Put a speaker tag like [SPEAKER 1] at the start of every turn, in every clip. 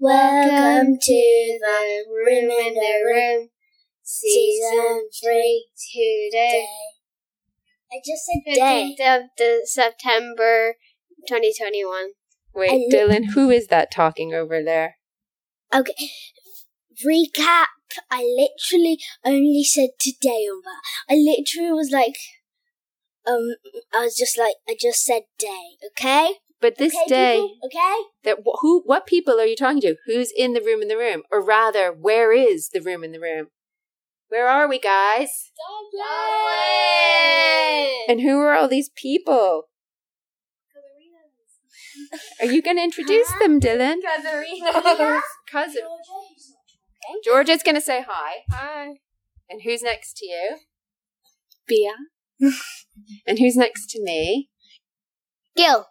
[SPEAKER 1] Welcome to the Room in the Room, Season 3
[SPEAKER 2] today,
[SPEAKER 1] Day. I just said day.
[SPEAKER 2] fifteenth of the September, twenty twenty one.
[SPEAKER 1] I
[SPEAKER 3] Wait,
[SPEAKER 1] li-
[SPEAKER 3] Dylan, who is that talking over there?
[SPEAKER 1] Okay. Recap. I literally only said today on that. I literally was like, um, I was just like, I just said day, okay?
[SPEAKER 3] But this
[SPEAKER 1] okay,
[SPEAKER 3] day,
[SPEAKER 1] people? okay?
[SPEAKER 3] that wh- who, what people are you talking to? Who's in the room in the room, or rather, where is the room in the room? Where are we, guys? And who are all these people? Are you going to introduce
[SPEAKER 1] Huh?
[SPEAKER 3] them, Dylan?
[SPEAKER 1] Katharina.
[SPEAKER 3] Cousin. Georgia's going to say hi. Hi. And who's next to you?
[SPEAKER 2] Bia.
[SPEAKER 3] And who's next to me?
[SPEAKER 1] Gil.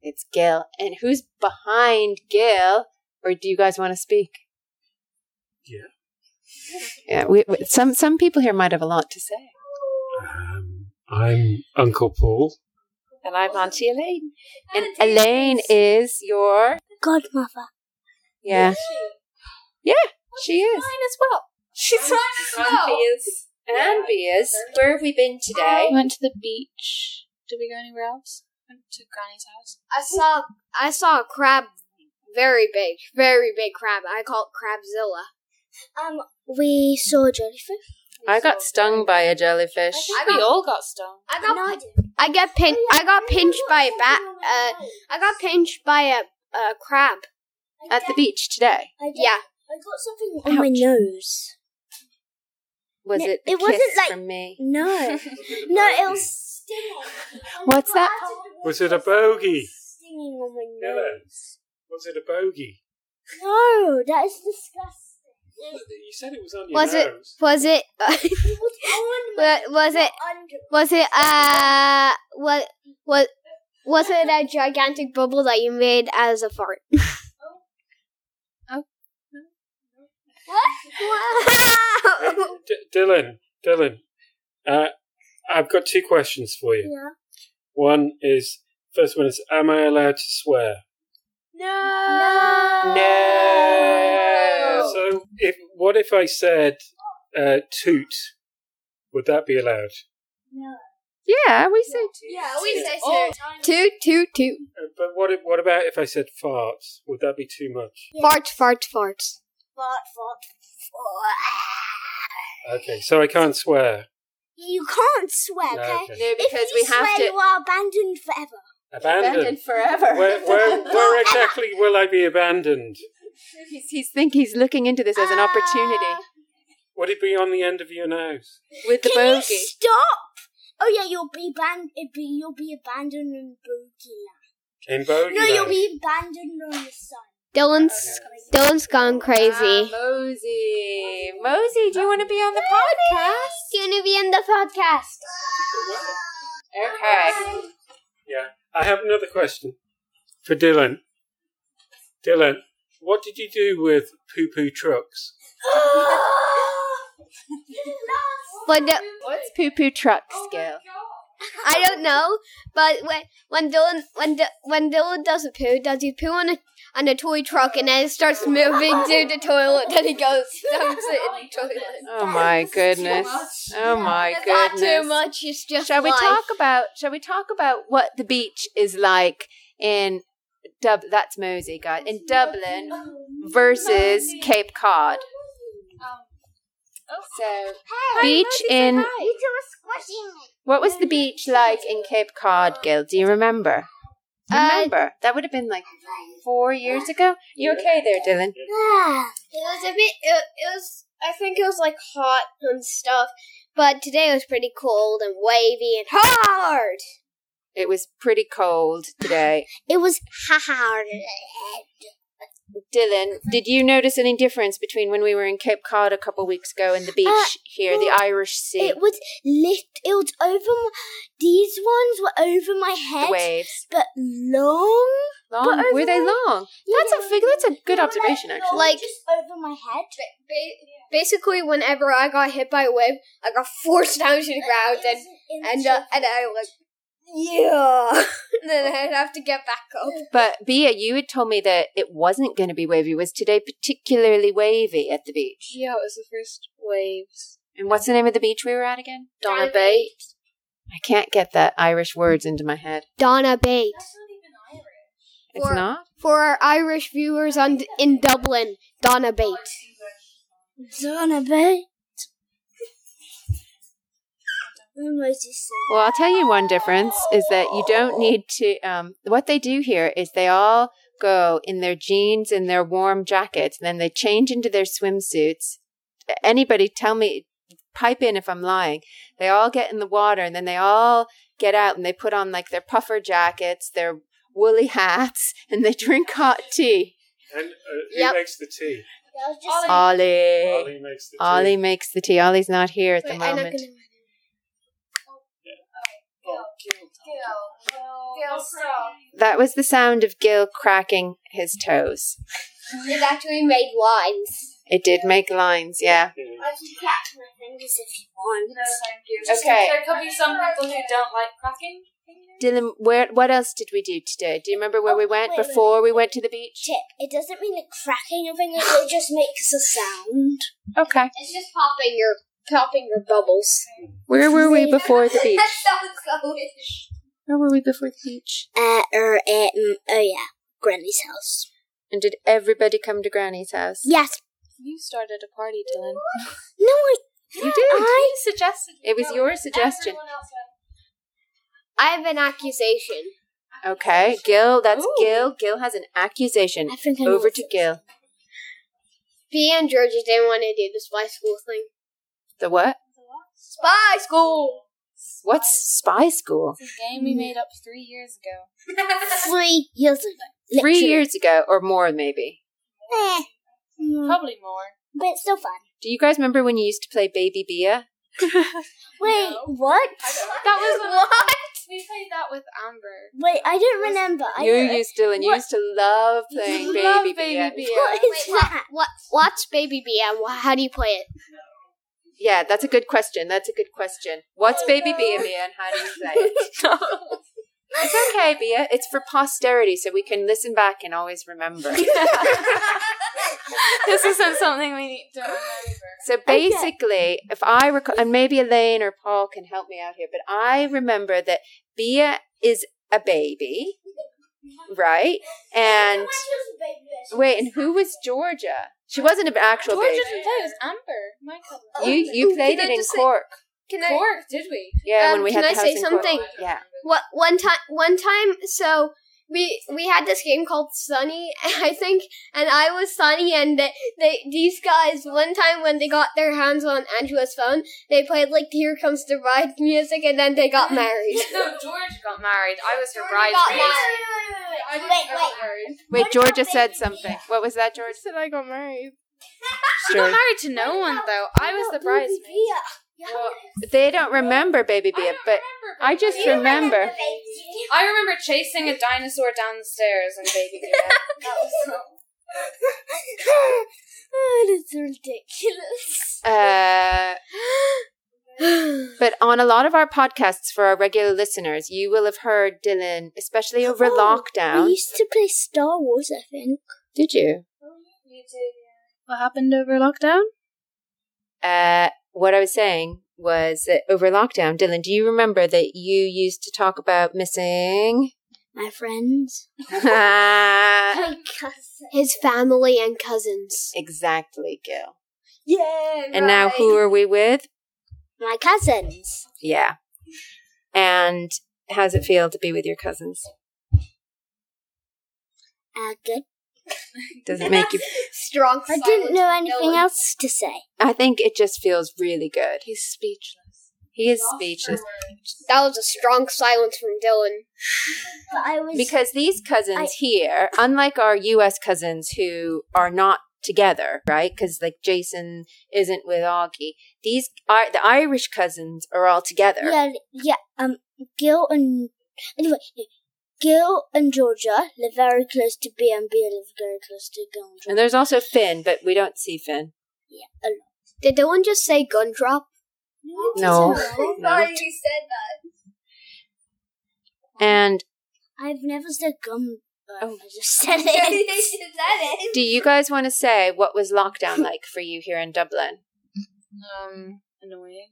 [SPEAKER 3] It's Gil. And who's behind Gil? Or do you guys want to speak?
[SPEAKER 4] Yeah.
[SPEAKER 3] Yeah, we, we, some some people here might have a lot to say.
[SPEAKER 4] Um, I'm Uncle Paul.
[SPEAKER 3] And I'm Auntie Elaine. And Elaine is your
[SPEAKER 1] Godmother.
[SPEAKER 3] yeah yeah she is
[SPEAKER 2] as well.
[SPEAKER 3] she's fine as well. And Beers, where have we been today?
[SPEAKER 2] We went to the beach. Did we go anywhere else? Went to Granny's house.
[SPEAKER 5] I saw I saw a crab, very big, very big crab. I call it Crabzilla.
[SPEAKER 1] Um, we saw jellyfish.
[SPEAKER 3] I got stung by a jellyfish.
[SPEAKER 5] I got,
[SPEAKER 2] all got stung.
[SPEAKER 5] I
[SPEAKER 1] No,
[SPEAKER 5] got
[SPEAKER 1] I didn't.
[SPEAKER 5] I got pin I got pinched by a bat. Uh, I got pinched by a, a crab.
[SPEAKER 3] At the beach today.
[SPEAKER 1] I did.
[SPEAKER 5] Yeah,
[SPEAKER 1] I got something on my nose.
[SPEAKER 3] Was
[SPEAKER 1] No,
[SPEAKER 3] it a
[SPEAKER 1] it
[SPEAKER 3] kiss
[SPEAKER 1] wasn't like-
[SPEAKER 3] from me?
[SPEAKER 1] No, no, it was stinging.
[SPEAKER 3] What's that?
[SPEAKER 4] Was it a bogey?
[SPEAKER 1] Stinging on my
[SPEAKER 4] Yeah.
[SPEAKER 1] nose.
[SPEAKER 4] Was it a bogey?
[SPEAKER 1] No, that is disgusting.
[SPEAKER 4] You said it was on your
[SPEAKER 5] was it
[SPEAKER 4] nose.
[SPEAKER 5] was it
[SPEAKER 1] It was on my
[SPEAKER 5] wa- was it
[SPEAKER 1] under.
[SPEAKER 5] was it uh what was was it a gigantic bubble that you made as a fart?
[SPEAKER 4] Uh, D- Dylan, Dylan, uh, I've got two questions for you.
[SPEAKER 1] Yeah.
[SPEAKER 4] One is first one is am I allowed to swear?
[SPEAKER 1] No.
[SPEAKER 3] No.
[SPEAKER 4] So if what if I said uh, toot? Would that be allowed?
[SPEAKER 1] No.
[SPEAKER 3] Yeah, we say
[SPEAKER 1] Yeah,
[SPEAKER 5] we say
[SPEAKER 1] all
[SPEAKER 5] Toot toot toot.
[SPEAKER 4] Uh, but what if, what about if I said fart? Would that be too much?
[SPEAKER 5] Fart fart farts.
[SPEAKER 1] Fart, fart, fart.
[SPEAKER 4] Okay, so I can't swear.
[SPEAKER 1] You can't swear,
[SPEAKER 4] No,
[SPEAKER 1] okay?
[SPEAKER 4] okay.
[SPEAKER 3] no because
[SPEAKER 1] if you
[SPEAKER 3] we have
[SPEAKER 1] swear,
[SPEAKER 3] to
[SPEAKER 1] you are abandoned forever.
[SPEAKER 4] Abandoned.
[SPEAKER 3] forever.
[SPEAKER 4] Where, where, where exactly will I be abandoned?
[SPEAKER 3] He's, he's think he's looking into this as an opportunity
[SPEAKER 1] Uh,
[SPEAKER 4] Would it be on the end of your nose?
[SPEAKER 3] with the
[SPEAKER 1] Can
[SPEAKER 3] bogey.
[SPEAKER 1] you stop? Oh yeah, you'll be ban- it'd be you'll be abandoned in bogey land.
[SPEAKER 4] In bogey
[SPEAKER 1] No, you'll
[SPEAKER 4] land?
[SPEAKER 1] be abandoned on the sun.
[SPEAKER 5] Dylan's Dylan's gone crazy.
[SPEAKER 3] Ah, Mosey, Mosey, do you want to be on the podcast?
[SPEAKER 5] gonna be in the podcast.
[SPEAKER 3] Okay.
[SPEAKER 4] Yeah. I have another question for Dylan. Dylan, what did you do with poo poo trucks?
[SPEAKER 5] But the-
[SPEAKER 3] What's poo poo truck skill?
[SPEAKER 5] I don't know. But when when Dylan when D- when Dylan does a poo, does he poo on a on a toy truck and then it starts moving to the toilet? Then he goes dumps it in the toilet.
[SPEAKER 3] Oh my goodness! Oh my
[SPEAKER 5] It's
[SPEAKER 3] goodness!
[SPEAKER 5] Not too much. It's just
[SPEAKER 3] Shall we
[SPEAKER 5] life.
[SPEAKER 3] talk about? Shall we talk about what the beach is like in Dub? That's Mosey, guys. In Dublin versus Cape Cod.
[SPEAKER 1] Um,
[SPEAKER 3] So beach in
[SPEAKER 1] You two are squishing me.
[SPEAKER 3] what was the beach like in Cape Cod, Gil? Do you remember?
[SPEAKER 5] Uh,
[SPEAKER 3] Remember that would have been like four years ago. You okay there, Dylan?
[SPEAKER 1] Ah,
[SPEAKER 5] It was a bit. It, it was. I think it was like hot and stuff. But today it was pretty cold and wavy and hard.
[SPEAKER 3] It was pretty cold today.
[SPEAKER 1] it was hard.
[SPEAKER 3] Dylan, did you notice any difference between when we were in Cape Cod a couple weeks ago and the beach here, the Irish Sea,
[SPEAKER 1] Uh, It was lit. It was over. My, these ones were over my
[SPEAKER 3] the
[SPEAKER 1] head,
[SPEAKER 3] waves?
[SPEAKER 1] but long.
[SPEAKER 3] Long?
[SPEAKER 1] over
[SPEAKER 3] Were they
[SPEAKER 1] the-
[SPEAKER 3] long? That's a fig- that's a good
[SPEAKER 1] They were
[SPEAKER 3] observation,
[SPEAKER 1] like,
[SPEAKER 3] actually.
[SPEAKER 1] Like just over my head.
[SPEAKER 5] Ba- basically, whenever I got hit by a wave, I got forced down to the ground and and uh, and I like yeah. and then I'd have to get back up.
[SPEAKER 3] But Bia, you had told me that it wasn't going to be wavy. Was today particularly wavy at the beach?
[SPEAKER 2] Yeah, it was the first waves.
[SPEAKER 3] And what's the name of the beach we were at again?
[SPEAKER 2] Donna Bate.
[SPEAKER 3] I can't get that Irish words into my head.
[SPEAKER 5] Donna Bates.
[SPEAKER 3] It's
[SPEAKER 5] Or-
[SPEAKER 3] not?
[SPEAKER 5] For our Irish viewers on in Dublin, Donna Bates.
[SPEAKER 1] Donna Bate. Almost the same.
[SPEAKER 3] Well, I'll tell you one difference is that you don't need to. Um, what they do here is they all go in their jeans and their warm jackets, and then they change into their swimsuits. Anybody tell me, pipe in if I'm lying. They all get in the water and then they all get out and they put on like their puffer jackets, their woolly hats, and they drink hot tea.
[SPEAKER 4] And uh, who
[SPEAKER 5] Yep.
[SPEAKER 4] makes the tea?
[SPEAKER 1] That was just
[SPEAKER 3] Oh.
[SPEAKER 1] Eh,
[SPEAKER 3] Ollie.
[SPEAKER 4] Ollie makes the tea.
[SPEAKER 3] Ollie makes the tea. Ollie's not here at the
[SPEAKER 5] Wait, I'm Oh, not
[SPEAKER 3] moment. That was the sound of Gil cracking his toes.
[SPEAKER 5] It actually made lines.
[SPEAKER 3] It did make lines, yeah.
[SPEAKER 4] Yeah.
[SPEAKER 1] I can crack my fingers if you want.
[SPEAKER 3] Okay.
[SPEAKER 2] There could be some people who don't like cracking.
[SPEAKER 3] Dylan, where what else did we do today? Do you remember where we
[SPEAKER 1] Oh,
[SPEAKER 3] went
[SPEAKER 1] wait, wait.
[SPEAKER 3] before we went to the beach?
[SPEAKER 1] Tip. It doesn't mean the cracking of fingers. It just makes a sound.
[SPEAKER 3] Okay.
[SPEAKER 5] It's just popping your popping your bubbles.
[SPEAKER 3] Where were we before the beach?
[SPEAKER 5] that sounds so ish.
[SPEAKER 3] Where were we before the beach?
[SPEAKER 1] Uh, er, uh, mm, oh yeah, Granny's house.
[SPEAKER 3] And did everybody come to Granny's house?
[SPEAKER 1] Yes.
[SPEAKER 2] You started a party, Dylan.
[SPEAKER 1] No, I.
[SPEAKER 3] You did.
[SPEAKER 1] I.
[SPEAKER 2] suggested
[SPEAKER 3] It was your suggestion.
[SPEAKER 5] I have an accusation.
[SPEAKER 3] Okay. Gil, that's
[SPEAKER 2] Ooh.
[SPEAKER 3] Gil. Gil has an accusation.
[SPEAKER 1] I think I know
[SPEAKER 3] Over
[SPEAKER 1] what
[SPEAKER 3] to
[SPEAKER 1] it is.
[SPEAKER 3] Gil.
[SPEAKER 5] P and Georgia didn't want to do the spy school thing.
[SPEAKER 3] The what?
[SPEAKER 5] Spy school.
[SPEAKER 3] What's spy school?
[SPEAKER 2] It's a game we made up three years ago.
[SPEAKER 1] Three years ago.
[SPEAKER 3] Three
[SPEAKER 1] Literally.
[SPEAKER 3] years ago or more maybe.
[SPEAKER 1] Eh.
[SPEAKER 3] Hmm.
[SPEAKER 1] Mm,
[SPEAKER 2] Probably more.
[SPEAKER 1] But it's still fun.
[SPEAKER 3] Do you guys remember when you used to play Baby Bia?
[SPEAKER 1] Wait, what?
[SPEAKER 2] That was what? We played that with Amber.
[SPEAKER 1] Wait, I don't remember. I
[SPEAKER 3] You
[SPEAKER 1] don't-
[SPEAKER 3] used Dylan, you
[SPEAKER 1] What?
[SPEAKER 3] used to love
[SPEAKER 2] You
[SPEAKER 3] playing
[SPEAKER 2] love
[SPEAKER 3] Baby Bia.
[SPEAKER 2] Baby Bia.
[SPEAKER 1] What is
[SPEAKER 5] Wait,
[SPEAKER 1] that?
[SPEAKER 5] What? What's Baby B and wh- how do you play it?
[SPEAKER 3] Yeah, that's a good question. That's a good question. What's Baby Bia Mia and how do you play it? It's okay, Bia. It's for posterity, so we can listen back and always remember.
[SPEAKER 2] this isn't something we need to remember.
[SPEAKER 3] so basically, if I recall, and maybe Elaine or Paul can help me out here, but I remember that Bia is a baby, right? And wait, and who was Georgia? She wasn't an actual
[SPEAKER 2] Georgia
[SPEAKER 3] baby.
[SPEAKER 2] didn't play. It was Amber. My cousin.
[SPEAKER 3] You you played
[SPEAKER 5] Can
[SPEAKER 3] it
[SPEAKER 5] I
[SPEAKER 3] in
[SPEAKER 5] just say-
[SPEAKER 3] Cork.
[SPEAKER 5] Can
[SPEAKER 2] Cork, did we?
[SPEAKER 3] Yeah,
[SPEAKER 5] Um,
[SPEAKER 3] when we
[SPEAKER 5] can
[SPEAKER 3] had
[SPEAKER 5] I
[SPEAKER 3] the
[SPEAKER 5] say
[SPEAKER 3] house in Cork.
[SPEAKER 5] something?
[SPEAKER 3] Yeah.
[SPEAKER 5] What one time? One time, so we we had this game called Sunny, I think, and I was Sunny, and they, they these guys one time when they got their hands on Angela's phone, they played like "Here Comes the Bride" music, and then they got married.
[SPEAKER 2] No, Georgia got married. I was her
[SPEAKER 5] Georgia
[SPEAKER 2] bride.
[SPEAKER 5] got married.
[SPEAKER 2] I
[SPEAKER 1] Wait,
[SPEAKER 2] didn't
[SPEAKER 1] wait,
[SPEAKER 2] I
[SPEAKER 1] wait.
[SPEAKER 2] got married.
[SPEAKER 3] Wait,
[SPEAKER 1] What about
[SPEAKER 3] Georgia said
[SPEAKER 1] Baby
[SPEAKER 3] something. What was that, Georgia?
[SPEAKER 2] said I got married. She
[SPEAKER 3] Georgia.
[SPEAKER 2] got married to no one though. I was the bridesmaid. Well,
[SPEAKER 3] They don't remember Baby
[SPEAKER 2] I
[SPEAKER 3] Bia,
[SPEAKER 2] don't
[SPEAKER 3] but
[SPEAKER 2] remember,
[SPEAKER 3] I
[SPEAKER 2] baby.
[SPEAKER 3] just remember.
[SPEAKER 2] I remember chasing a dinosaur down the stairs and baby Bia. That was
[SPEAKER 1] oh, that's ridiculous.
[SPEAKER 3] Uh, but on a lot of our podcasts for our regular listeners, you will have heard Dylan, especially over
[SPEAKER 1] Oh, We
[SPEAKER 3] lockdown.
[SPEAKER 1] used to play Star Wars, I think.
[SPEAKER 3] Did you?
[SPEAKER 2] Oh, What happened over lockdown?
[SPEAKER 3] Uh, what I was saying was that over lockdown, Dylan, do you remember that you used to talk about missing?
[SPEAKER 1] My friends.
[SPEAKER 5] His family and cousins.
[SPEAKER 3] exactly, Gil.
[SPEAKER 5] Yeah.
[SPEAKER 3] And now who are we with?
[SPEAKER 1] My cousins.
[SPEAKER 3] Yeah. And how's it feel to be with your cousins?
[SPEAKER 1] Uh, good.
[SPEAKER 3] Does it make you?
[SPEAKER 5] strong?
[SPEAKER 1] I didn't know anything
[SPEAKER 5] else.
[SPEAKER 1] else to say.
[SPEAKER 3] I think it just feels really good.
[SPEAKER 2] He's speechless.
[SPEAKER 3] He is speechless
[SPEAKER 5] That was a strong silence from Dylan.
[SPEAKER 1] But I was.
[SPEAKER 3] because these cousins
[SPEAKER 1] I-
[SPEAKER 3] here, unlike our U.S. cousins who are not together, right? Because like Jason isn't with Augie. These are the Irish cousins are all together.
[SPEAKER 1] Yeah, yeah. Um, Gil and anyway, no, Gil and Georgia live very close to B and B live very close to Gil and
[SPEAKER 3] And
[SPEAKER 1] Georgia.
[SPEAKER 3] there's also Finn, but we don't see Finn.
[SPEAKER 5] Did Dylan just say gun drop?
[SPEAKER 3] No. No.
[SPEAKER 5] he said that.
[SPEAKER 3] And
[SPEAKER 1] I've never said gum. but
[SPEAKER 3] Oh.
[SPEAKER 1] I just said it.
[SPEAKER 3] do you guys want to say what was lockdown like for you here in Dublin?
[SPEAKER 2] Um, annoying.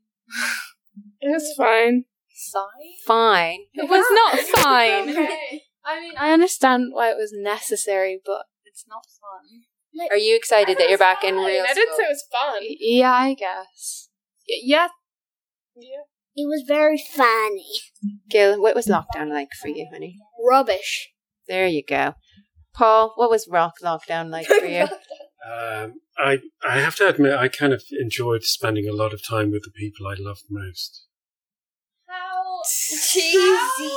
[SPEAKER 6] It was fine.
[SPEAKER 2] Sorry.
[SPEAKER 3] Fine.
[SPEAKER 6] It was not fine.
[SPEAKER 2] Okay.
[SPEAKER 6] I mean, I understand why it was necessary, but it's not fun.
[SPEAKER 3] Are you excited that you're back in real
[SPEAKER 6] I didn't say
[SPEAKER 3] school?
[SPEAKER 6] it was fun. Yeah, I guess. Y- yeah. Yeah.
[SPEAKER 1] It was very funny.
[SPEAKER 3] Gil, what was lockdown like for you, honey?
[SPEAKER 5] Rubbish.
[SPEAKER 3] There you go. Paul, what was rock lockdown like for you?
[SPEAKER 4] Um, I I have to admit, I kind of enjoyed spending a lot of time with the people I loved most.
[SPEAKER 2] How
[SPEAKER 5] Cheesy.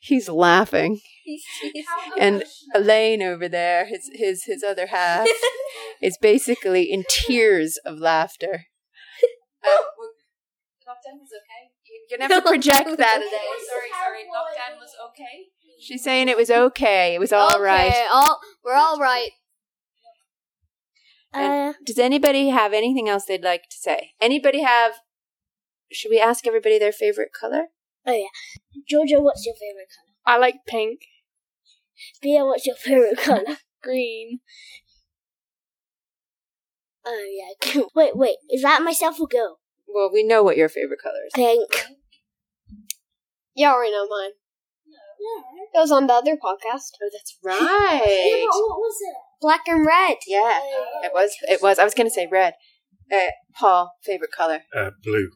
[SPEAKER 3] He's laughing.
[SPEAKER 2] how
[SPEAKER 3] And
[SPEAKER 2] emotional.
[SPEAKER 3] Elaine over there, his his his other half, is basically in tears of laughter. Uh,
[SPEAKER 2] lockdown was okay.
[SPEAKER 3] You're gonna have to project that.
[SPEAKER 2] Oh, sorry, sorry. Lockdown was okay.
[SPEAKER 3] She's saying it was okay. It was all
[SPEAKER 5] okay,
[SPEAKER 3] right.
[SPEAKER 5] all- we're all right.
[SPEAKER 1] Uh,
[SPEAKER 3] Does anybody have anything else they'd like to say? Anybody have? Should we ask everybody their favorite color?
[SPEAKER 1] Jojo, what's your favorite color?
[SPEAKER 6] I like pink,
[SPEAKER 1] Bia, what's your favorite color?
[SPEAKER 6] green.
[SPEAKER 1] oh yeah. cool. Wait, wait. Is that myself or girl?
[SPEAKER 3] Well, we know what your favorite color is.
[SPEAKER 1] Pink.
[SPEAKER 5] You already know mine. It was on the other podcast.
[SPEAKER 3] Oh, that's right.
[SPEAKER 1] what was it?
[SPEAKER 5] Black and red.
[SPEAKER 3] Yeah,
[SPEAKER 1] Oh,
[SPEAKER 3] it was. It was. I was gonna say red. Uh, Paul, favorite color.
[SPEAKER 4] Uh, blue.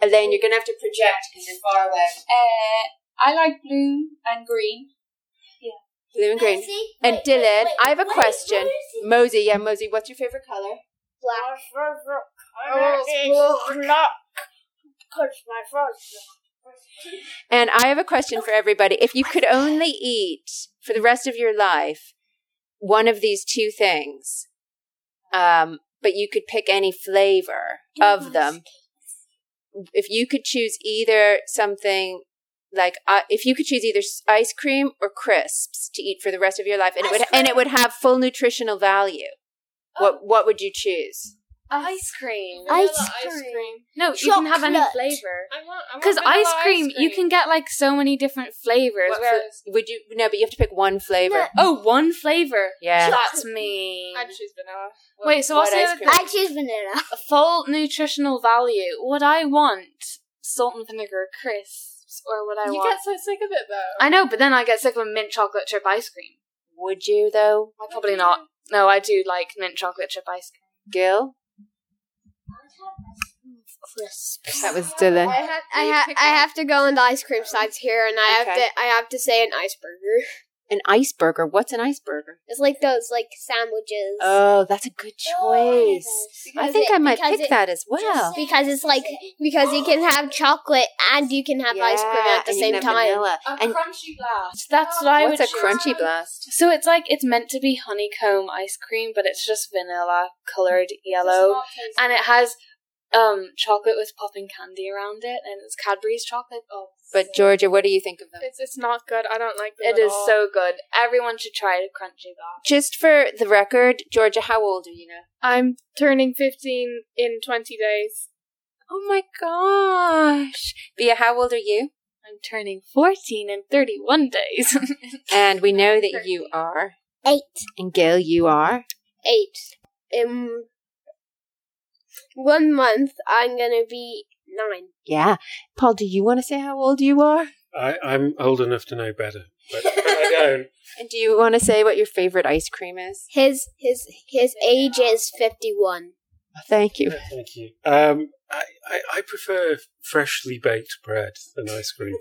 [SPEAKER 3] Elaine, you're gonna have to project because you're far away.
[SPEAKER 2] Uh, I like blue and green.
[SPEAKER 3] Blue and green. And Dylan, I have a question. Mosey, yeah, Mosey, what's your favorite color?
[SPEAKER 6] Oh,
[SPEAKER 3] And I have a question for everybody. If you could only eat for the rest of your life one of these two things, um, but you could pick any flavor of them, if you could choose either something like uh, if you could choose either s- ice cream or crisps to eat for the rest of your life, and it would and it would have full nutritional value, what what would you choes?
[SPEAKER 6] Ice cream.
[SPEAKER 1] Ice cream.
[SPEAKER 7] No, you can have any
[SPEAKER 1] Chocolate.
[SPEAKER 7] flavor.
[SPEAKER 6] I want. I want
[SPEAKER 7] Because
[SPEAKER 6] vanilla
[SPEAKER 7] ice cream, you can get like so many different flavors.
[SPEAKER 3] What fl-
[SPEAKER 7] whereas,
[SPEAKER 3] would you no? But you have to pick one flavor.
[SPEAKER 1] No.
[SPEAKER 7] oh, one flavor.
[SPEAKER 3] Yeah.
[SPEAKER 7] That's me.
[SPEAKER 6] I'd choose vanilla.
[SPEAKER 7] Wait, so I'll
[SPEAKER 3] What
[SPEAKER 7] say
[SPEAKER 3] ice
[SPEAKER 7] with
[SPEAKER 3] cream?
[SPEAKER 1] I choose vanilla.
[SPEAKER 7] full nutritional value. Would I want salt and vinegar crisps, or would I
[SPEAKER 6] you
[SPEAKER 7] want?
[SPEAKER 6] get so sick of it though.
[SPEAKER 7] I know, but then I get sick of a mint chocolate chip ice cream.
[SPEAKER 3] Would you though,
[SPEAKER 7] I probably not. No, I do like mint chocolate chip ice cream.
[SPEAKER 3] Gil?
[SPEAKER 1] Crisps.
[SPEAKER 3] That was Dylan.
[SPEAKER 6] have.
[SPEAKER 5] I ha- I have to go on the ice cream sides here, and I have
[SPEAKER 3] Okay.
[SPEAKER 5] to I have to say an iceberger.
[SPEAKER 3] An iceberger. What's an iceberger?
[SPEAKER 5] It's like those like sandwiches.
[SPEAKER 3] Oh, that's a good choice. I
[SPEAKER 5] Because
[SPEAKER 3] think
[SPEAKER 5] it-
[SPEAKER 3] I might
[SPEAKER 5] because
[SPEAKER 3] pick
[SPEAKER 5] it-
[SPEAKER 3] that as well.
[SPEAKER 5] because it's like because you can have chocolate and you can have ice cream
[SPEAKER 3] Yeah,
[SPEAKER 5] at the
[SPEAKER 3] and you
[SPEAKER 5] same
[SPEAKER 3] can
[SPEAKER 5] time.
[SPEAKER 3] have vanilla.
[SPEAKER 2] A
[SPEAKER 3] And
[SPEAKER 2] crunchy blast.
[SPEAKER 7] So that's what I
[SPEAKER 3] what's a
[SPEAKER 7] would. choose.
[SPEAKER 3] crunchy blast?
[SPEAKER 7] So it's like it's meant to be honeycomb ice cream, but it's just vanilla colored yellow, and it has um chocolate with popping candy around it, and it's Cadbury's chocolate. Oh,
[SPEAKER 3] But Georgia, what do you think of them?
[SPEAKER 6] It's it's not good. I don't like them
[SPEAKER 7] it
[SPEAKER 6] at
[SPEAKER 7] is
[SPEAKER 6] all.
[SPEAKER 7] so good. Everyone should try the crunchy bar.
[SPEAKER 3] Just for the record, Georgia, how old are you now?
[SPEAKER 6] I'm turning fifteen in twenty days.
[SPEAKER 3] Oh my gosh. Bia, how old are you?
[SPEAKER 7] I'm turning fourteen in thirty-one days.
[SPEAKER 3] And we know that you are.
[SPEAKER 1] Eight.
[SPEAKER 3] And Gil, you are.
[SPEAKER 5] Eight. In one month, I'm gonna be nine.
[SPEAKER 3] Yeah. Paul, do you want to say how old you are?
[SPEAKER 4] I, I'm old enough to know better, but, but I don't.
[SPEAKER 3] And do you want to say what your favorite ice cream is?
[SPEAKER 5] His his his age is fifty one.
[SPEAKER 3] Thank you.
[SPEAKER 4] No, Thank you. Um, I, I, I prefer freshly baked bread than ice cream.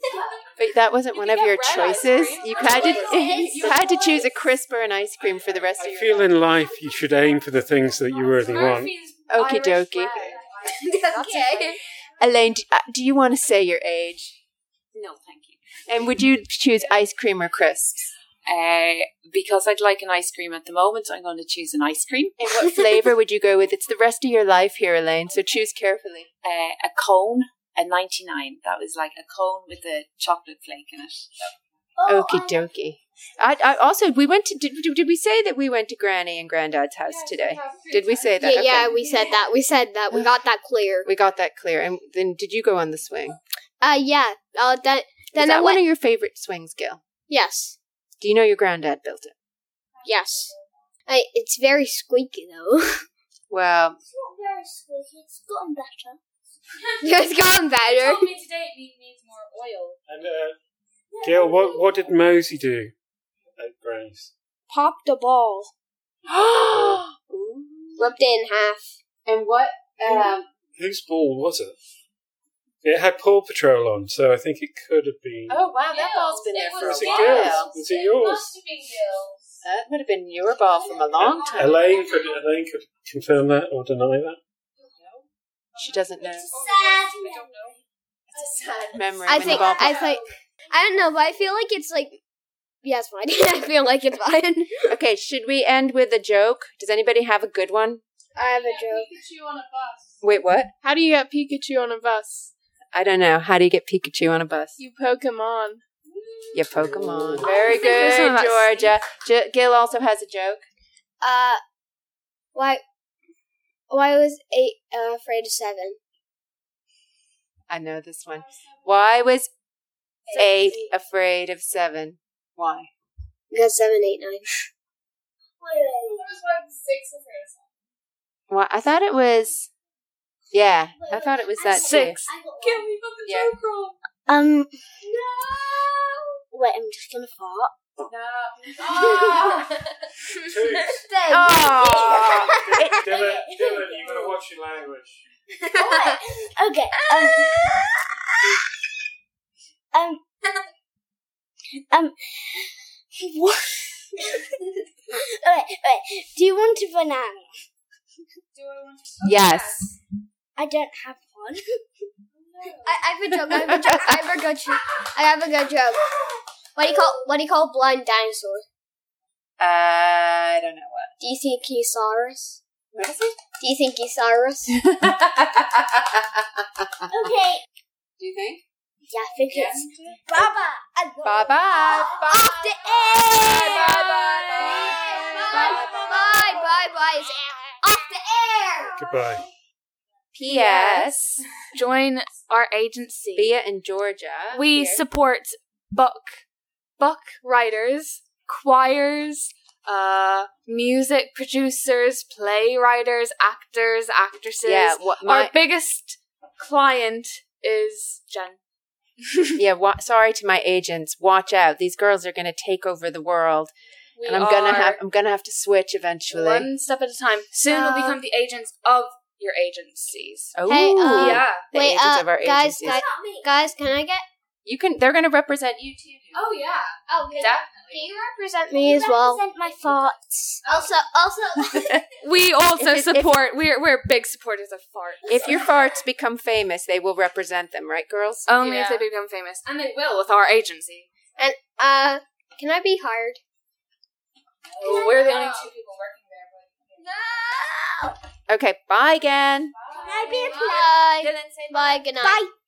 [SPEAKER 3] But that wasn't
[SPEAKER 2] You
[SPEAKER 3] one
[SPEAKER 2] can
[SPEAKER 3] of
[SPEAKER 2] get
[SPEAKER 3] your
[SPEAKER 2] red ice
[SPEAKER 3] choices.
[SPEAKER 2] cream.
[SPEAKER 3] You
[SPEAKER 2] That's
[SPEAKER 3] had to
[SPEAKER 2] what it is.
[SPEAKER 3] you had to choose a crisp or an ice cream for the rest of
[SPEAKER 4] I
[SPEAKER 3] your
[SPEAKER 4] feel
[SPEAKER 3] life.
[SPEAKER 4] in life you should aim for the things that you really want.
[SPEAKER 3] Okie dokie.
[SPEAKER 5] okay.
[SPEAKER 3] Elaine, do, uh, do you want to say your age? No, thank you. And would you choose ice cream or crisps?
[SPEAKER 2] Uh, because I'd like an ice cream at the moment, I'm going to choose an ice cream.
[SPEAKER 3] And what flavor would you go with? It's the rest of your life here, Elaine, so choose carefully.
[SPEAKER 2] Uh, a cone, a 99. That was like a cone with a chocolate flake in it.
[SPEAKER 3] Okie dokie. I, I also we went to did, did did we say that we went to Granny and Granddad's house today? Did we say
[SPEAKER 5] Yeah,
[SPEAKER 3] that? Okay.
[SPEAKER 5] yeah, we said that. We said that. We got that clear.
[SPEAKER 3] we got that clear. And then did you go on the swing?
[SPEAKER 5] Uh, yeah. Uh, that Then
[SPEAKER 3] Is
[SPEAKER 5] I
[SPEAKER 3] that one
[SPEAKER 5] went.
[SPEAKER 3] of your favorite swings, Gil?
[SPEAKER 5] Yes.
[SPEAKER 3] Do you know your granddad built it?
[SPEAKER 5] Yes. I, it's very squeaky though.
[SPEAKER 3] Well,
[SPEAKER 1] It's not very squeaky. It's gotten better.
[SPEAKER 5] it's gone better.
[SPEAKER 8] told me today it need- needs more oil.
[SPEAKER 4] And uh, Gail, what what did Mosey do at Grace?
[SPEAKER 6] Popped a ball.
[SPEAKER 5] Rubbed it in half.
[SPEAKER 3] and what? Um,
[SPEAKER 4] Whose ball was it? It had Paw Patrol on, so I think it could have been.
[SPEAKER 2] Oh wow, that
[SPEAKER 8] Gills.
[SPEAKER 2] ball's been there
[SPEAKER 8] It
[SPEAKER 2] for a
[SPEAKER 8] was
[SPEAKER 4] was it
[SPEAKER 2] while.
[SPEAKER 4] Gil's?
[SPEAKER 8] Gills.
[SPEAKER 4] Was it yours?
[SPEAKER 8] must have been Gills.
[SPEAKER 3] that would have been your ball from a long time.
[SPEAKER 4] Elaine could Elaine could confirm that or deny that.
[SPEAKER 3] She doesn't know.
[SPEAKER 1] Sad.
[SPEAKER 8] I don't know.
[SPEAKER 3] It's a sad memory.
[SPEAKER 5] I
[SPEAKER 3] when the
[SPEAKER 5] think.
[SPEAKER 3] ball-
[SPEAKER 5] I think. I don't know, but I feel like it's like. Yeah, it's fine. I feel like it's fine.
[SPEAKER 3] okay, should we end with a joke? Does anybody have a good one?
[SPEAKER 5] I have a joke.
[SPEAKER 8] Pikachu on a bus.
[SPEAKER 3] Wait, what?
[SPEAKER 6] How do you get Pikachu on a bus?
[SPEAKER 3] I don't know. How do you get Pikachu on a bus?
[SPEAKER 6] You poke him on.
[SPEAKER 3] Your Pokemon. Very
[SPEAKER 6] think there's
[SPEAKER 3] good,
[SPEAKER 6] one about
[SPEAKER 3] Georgia. J- Gil also has a joke.
[SPEAKER 5] Uh, why? Why was eight uh, afraid of seven?
[SPEAKER 3] I know this one. Why was eight afraid of seven? Why?
[SPEAKER 5] Because seven, eight, nine.
[SPEAKER 8] That was one of the six of hers.
[SPEAKER 3] Why? I thought it was. Yeah, I thought it was that
[SPEAKER 1] Six.
[SPEAKER 3] too.
[SPEAKER 8] Can we put the
[SPEAKER 3] Yeah.
[SPEAKER 8] joke roll?
[SPEAKER 1] Um.
[SPEAKER 8] No.
[SPEAKER 1] Wait, I'm just gonna fart.
[SPEAKER 8] Ah.
[SPEAKER 4] Toots,
[SPEAKER 3] Aw.
[SPEAKER 4] Dylan, Dylan, you gotta watch your language.
[SPEAKER 1] Okay. Um. um. Um. What? wait, wait. Do you want a banana?
[SPEAKER 8] Do I want to?
[SPEAKER 3] yes.
[SPEAKER 1] I don't have one.
[SPEAKER 5] I, I have a joke. I have a joke. I have a good joke. I have a good joke. What do you call? What do you call a blind dinosaur?
[SPEAKER 3] I don't know what.
[SPEAKER 5] Do you think he's Cyrus? Do you think he's Cyrus?
[SPEAKER 1] okay.
[SPEAKER 3] Do you think?
[SPEAKER 1] Yeah, I think it's Baba. and
[SPEAKER 3] Bye bye. Bye
[SPEAKER 5] Off the air.
[SPEAKER 3] bye.
[SPEAKER 5] Bye bye bye bye. It's off the air.
[SPEAKER 4] Goodbye.
[SPEAKER 3] P.S.
[SPEAKER 6] Join our agency.
[SPEAKER 3] Bia and Georgia.
[SPEAKER 6] we support buck buck writers choirs uh music producers playwriters actors actresses
[SPEAKER 3] yeah. What
[SPEAKER 6] our
[SPEAKER 3] my
[SPEAKER 6] biggest client is jen
[SPEAKER 3] yeah. Wa- sorry to my agents. Watch out. These girls are gonna take over the world,
[SPEAKER 6] We
[SPEAKER 3] and I'm gonna
[SPEAKER 6] are
[SPEAKER 3] have I'm gonna have to switch eventually.
[SPEAKER 6] one step at a time soon we'll become the agents of your agencies
[SPEAKER 3] Oh
[SPEAKER 5] Hey, um,
[SPEAKER 3] yeah. The
[SPEAKER 5] Wait,
[SPEAKER 3] agents
[SPEAKER 5] uh,
[SPEAKER 3] of our
[SPEAKER 5] guys,
[SPEAKER 3] agencies.
[SPEAKER 5] guys, guys, can I get?
[SPEAKER 3] you can. They're gonna represent you too.
[SPEAKER 8] Oh yeah.
[SPEAKER 5] Oh, can,
[SPEAKER 8] Definitely.
[SPEAKER 5] can you represent me as well?
[SPEAKER 1] Represent my farts.
[SPEAKER 5] Also, also,
[SPEAKER 6] we also
[SPEAKER 3] If it- if-
[SPEAKER 6] support we're we're big supporters of fart
[SPEAKER 3] If your farts become famous, they will represent them, right, girls?
[SPEAKER 6] only if
[SPEAKER 8] Yeah.
[SPEAKER 6] they become famous and they will with our agency
[SPEAKER 5] uh, can I be hired?
[SPEAKER 8] Oh,
[SPEAKER 6] we're the only two
[SPEAKER 8] people working there. But
[SPEAKER 5] No.
[SPEAKER 3] Okay. Bye again.
[SPEAKER 1] Can I be a
[SPEAKER 5] Bye. Bye. Good night.
[SPEAKER 1] Bye.